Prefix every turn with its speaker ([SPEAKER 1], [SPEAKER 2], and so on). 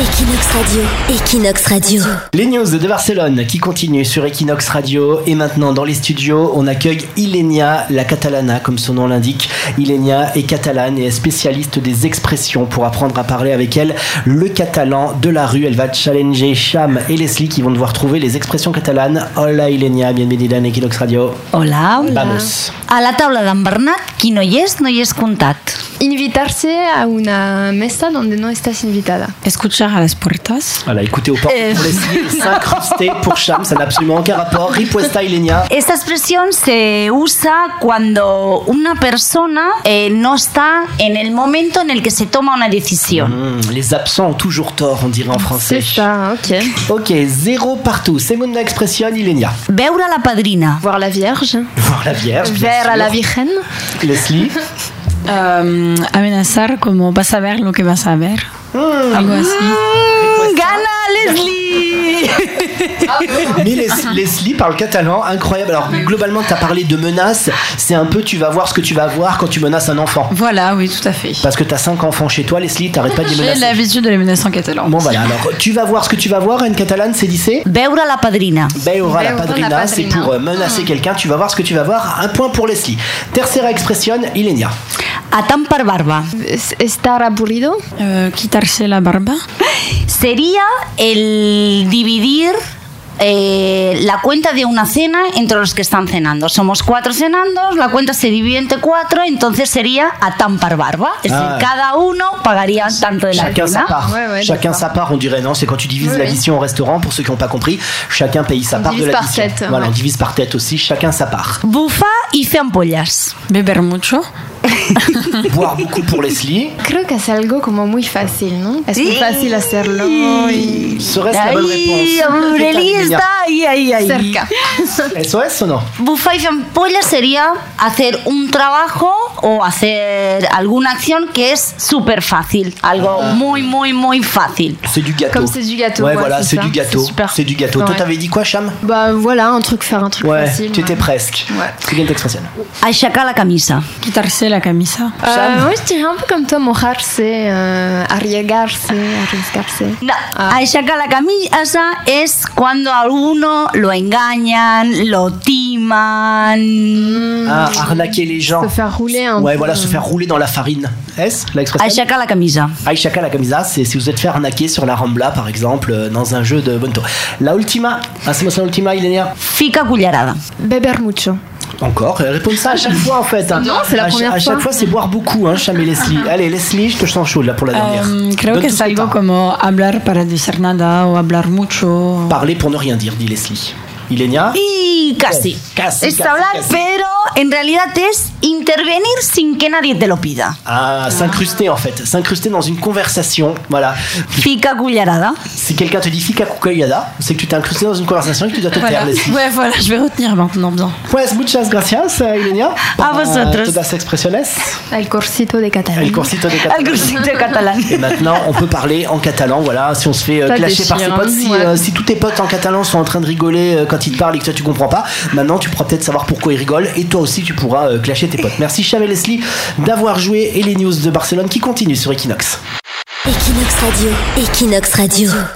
[SPEAKER 1] Equinox Radio, Equinox Radio.
[SPEAKER 2] Les news de Barcelone qui continuent sur Equinox Radio et maintenant dans les studios on accueille Ilenia la Catalana comme son nom l'indique. Ilenia est catalane et est spécialiste des expressions pour apprendre à parler avec elle le catalan de la rue. Elle va challenger Cham et Leslie qui vont devoir trouver les expressions catalanes. Hola Ilenia, bienvenue en Equinox Radio.
[SPEAKER 3] Hola.
[SPEAKER 2] Vamos.
[SPEAKER 3] A la taula d'en Bernat, qui no hi és, no hi és comptat.
[SPEAKER 4] Invitarse a una mesa donde no estás invitada.
[SPEAKER 5] Escuchar a las puertas.
[SPEAKER 2] Voilà, écoutez au port
[SPEAKER 4] Eh.
[SPEAKER 2] pour Leslie et s'incruster pour Cham, ça n'a absolument aucun rapport. Ripuesta Ilenia.
[SPEAKER 3] Esta expresión se usa cuando una persona eh, no está en el momento en el que se toma una decisión.
[SPEAKER 2] Hum, les absents ont toujours tort, on dirait en français.
[SPEAKER 4] C'est ça, ok.
[SPEAKER 2] Ok, zéro partout. Segunda expression, Ilenia.
[SPEAKER 3] Veure la padrina.
[SPEAKER 4] Voir la Vierge.
[SPEAKER 2] Voir la Vierge. bien
[SPEAKER 4] Ver
[SPEAKER 2] sûr.
[SPEAKER 4] a la Virgen.
[SPEAKER 2] Leslie.
[SPEAKER 5] Am, um, amenazar como vas a ver lo que vas a ver.
[SPEAKER 2] Ah.
[SPEAKER 5] Algo así.
[SPEAKER 3] ¡Gana, Leslie!
[SPEAKER 2] Mais Les- Leslie parle catalan, incroyable. Alors, globalement, tu as parlé de menaces. C'est un peu tu vas voir ce que tu vas voir quand tu menaces un enfant.
[SPEAKER 5] Voilà, oui, tout à fait.
[SPEAKER 2] Parce que tu as 5 enfants chez toi, Leslie, t'arrêtes pas de les
[SPEAKER 5] J'ai
[SPEAKER 2] menacer.
[SPEAKER 5] l'habitude de les menacer en catalan.
[SPEAKER 2] Bon, voilà. Alors, tu vas voir ce que tu vas voir, une catalane, c'est dissé
[SPEAKER 3] Veure la padrina.
[SPEAKER 2] Beora la
[SPEAKER 4] Beora la
[SPEAKER 2] padrina,
[SPEAKER 4] padrina.
[SPEAKER 2] c'est pour euh, menacer quelqu'un. Tu vas voir ce que tu vas voir. Un point pour Leslie. Tercera expression, Ilenia.
[SPEAKER 3] A tan per barba.
[SPEAKER 4] Es- Estar aburrido.
[SPEAKER 5] Euh, quitarse la barba.
[SPEAKER 3] Sería el dividir eh, la cuenta de una cena entre los que están cenando. Somos cuatro cenando, la cuenta se divide entre cuatro, entonces sería a tan par barba. Es
[SPEAKER 2] Ah.
[SPEAKER 3] decir, cada uno pagaría tanto de la
[SPEAKER 2] Chacun sa
[SPEAKER 3] cena.
[SPEAKER 2] part.
[SPEAKER 4] Ouais, ouais,
[SPEAKER 2] chacun
[SPEAKER 4] d'accord.
[SPEAKER 2] sa part, on dirait non. C'est quand tu divises
[SPEAKER 4] Bah, Oui,
[SPEAKER 2] la
[SPEAKER 4] oui.
[SPEAKER 2] l'addition au restaurant, pour ceux qui n'ont pas compris, chacun paye sa
[SPEAKER 4] On
[SPEAKER 2] part de
[SPEAKER 4] divise par
[SPEAKER 2] l'addition.
[SPEAKER 4] tête,
[SPEAKER 2] Voilà,
[SPEAKER 4] ouais.
[SPEAKER 2] on divise par tête aussi, chacun sa part.
[SPEAKER 3] Bufa y zampollas.
[SPEAKER 5] Beber mucho.
[SPEAKER 2] Boire beaucoup pour Leslie.
[SPEAKER 4] Creo que es algo como muy fácil, ¿no? Es muy
[SPEAKER 3] Sí.
[SPEAKER 4] fácil hacerlo y
[SPEAKER 2] Serait-ce la bonne
[SPEAKER 3] Ahí,
[SPEAKER 2] réponse
[SPEAKER 3] hombre,
[SPEAKER 2] Ilenia.
[SPEAKER 4] hein.
[SPEAKER 3] lista, ahí, ahí, ahí.
[SPEAKER 4] cerca.
[SPEAKER 2] SOS ou non
[SPEAKER 3] Bufa y zampollas sería hacer un trabajo o hacer alguna acción que es súper fácil. Algo muy, muy, muy fácil.
[SPEAKER 2] C'est du gâteau.
[SPEAKER 4] Comme c'est du gâteau,
[SPEAKER 2] Ouais,
[SPEAKER 4] ouais,
[SPEAKER 2] voilà,
[SPEAKER 4] c'est
[SPEAKER 2] c'est
[SPEAKER 4] ça.
[SPEAKER 2] du gâteau.
[SPEAKER 4] C'est super.
[SPEAKER 2] C'est du gâteau. Toi,
[SPEAKER 4] Ouais.
[SPEAKER 2] t'avais dit quoi, Cham
[SPEAKER 4] Bah voilà, un truc, faire un truc
[SPEAKER 2] Ouais,
[SPEAKER 4] facile.
[SPEAKER 2] tu étais
[SPEAKER 4] ouais.
[SPEAKER 2] presque.
[SPEAKER 4] Ouais. Mm.
[SPEAKER 2] C'est quelle expression
[SPEAKER 3] Achacar la camisa.
[SPEAKER 5] Quitarse la camisa.
[SPEAKER 4] Euh, moi je dirais un peu comme toi, mojarse, euh, arriesgarse, arriesgarse.
[SPEAKER 3] No, a sacar la camisa es cuando a uno lo engañan, lo timan.
[SPEAKER 2] Ah, arnaquer les gens.
[SPEAKER 4] Se faire rouler un
[SPEAKER 2] Ouais,
[SPEAKER 4] peu.
[SPEAKER 2] voilà, se faire rouler dans la farine. S,
[SPEAKER 3] A
[SPEAKER 2] l'expression
[SPEAKER 3] sacar la camisa.
[SPEAKER 2] Aishaka la camisa, c'est si vous êtes fait arnaquer sur la Rambla, par exemple, euh, dans un jeu de Bonto. La ultima, ah, hacemos la ultima, Ilenia.
[SPEAKER 3] Fica cullerada.
[SPEAKER 4] Beber mucho.
[SPEAKER 2] Encore, euh, réponds ça à chaque fois en fait. hein.
[SPEAKER 4] Non, c'est la
[SPEAKER 2] à, cha-
[SPEAKER 4] première
[SPEAKER 2] À chaque
[SPEAKER 4] fois.
[SPEAKER 2] fois, c'est boire beaucoup, hein, Cham et Leslie. Allez, Leslie, je te sens chaud là pour la dernière.
[SPEAKER 5] Euh, creo
[SPEAKER 2] Donne tout
[SPEAKER 5] que es
[SPEAKER 2] ce que
[SPEAKER 5] algo
[SPEAKER 2] t'as.
[SPEAKER 5] como hablar para decir nada o hablar mucho.
[SPEAKER 2] Parler pour ne rien dire, dit Leslie. Ilenia
[SPEAKER 3] Y casi.
[SPEAKER 2] Casi,
[SPEAKER 3] Es
[SPEAKER 2] casi,
[SPEAKER 3] hablar,
[SPEAKER 2] casi.
[SPEAKER 3] pero en realidad es intervenir sin que nadie te lo pida.
[SPEAKER 2] Ah, s'incruster en fait, s'incruster dans une conversation. Voilà.
[SPEAKER 3] Fica cullerada.
[SPEAKER 2] Si quelqu'un te dit Fika Kukoyada, c'est que tu t'es incrusté dans une conversation et que tu dois te
[SPEAKER 5] Voilà.
[SPEAKER 2] taire, Leslie.
[SPEAKER 5] Ouais, voilà, je vais retenir maintenant bien.
[SPEAKER 2] Pues muchas gracias, eh, Ilenia.
[SPEAKER 3] A
[SPEAKER 2] por, eh,
[SPEAKER 3] vosotros.
[SPEAKER 2] Todas expresiones.
[SPEAKER 4] El corsito de
[SPEAKER 2] El
[SPEAKER 4] Cataluña.
[SPEAKER 2] cursito de
[SPEAKER 3] Al
[SPEAKER 2] Cataluña.
[SPEAKER 3] cursito catalán.
[SPEAKER 2] Et maintenant, on peut parler en catalan, voilà, si on se fait euh,
[SPEAKER 4] Ça
[SPEAKER 2] clasher
[SPEAKER 4] déchire,
[SPEAKER 2] par ses potes, si,
[SPEAKER 4] hein, ouais.
[SPEAKER 2] euh, si tous tes potes en catalan sont en train de rigoler euh, quand ils te parlent et que toi tu comprends pas, maintenant tu pourras peut-être savoir pourquoi ils rigolent et toi aussi tu pourras euh, clasher tes potes. Merci Cham et Leslie d'avoir joué et les news de Barcelone qui continuent sur Equinox.
[SPEAKER 1] Equinox Radio, Equinox Radio.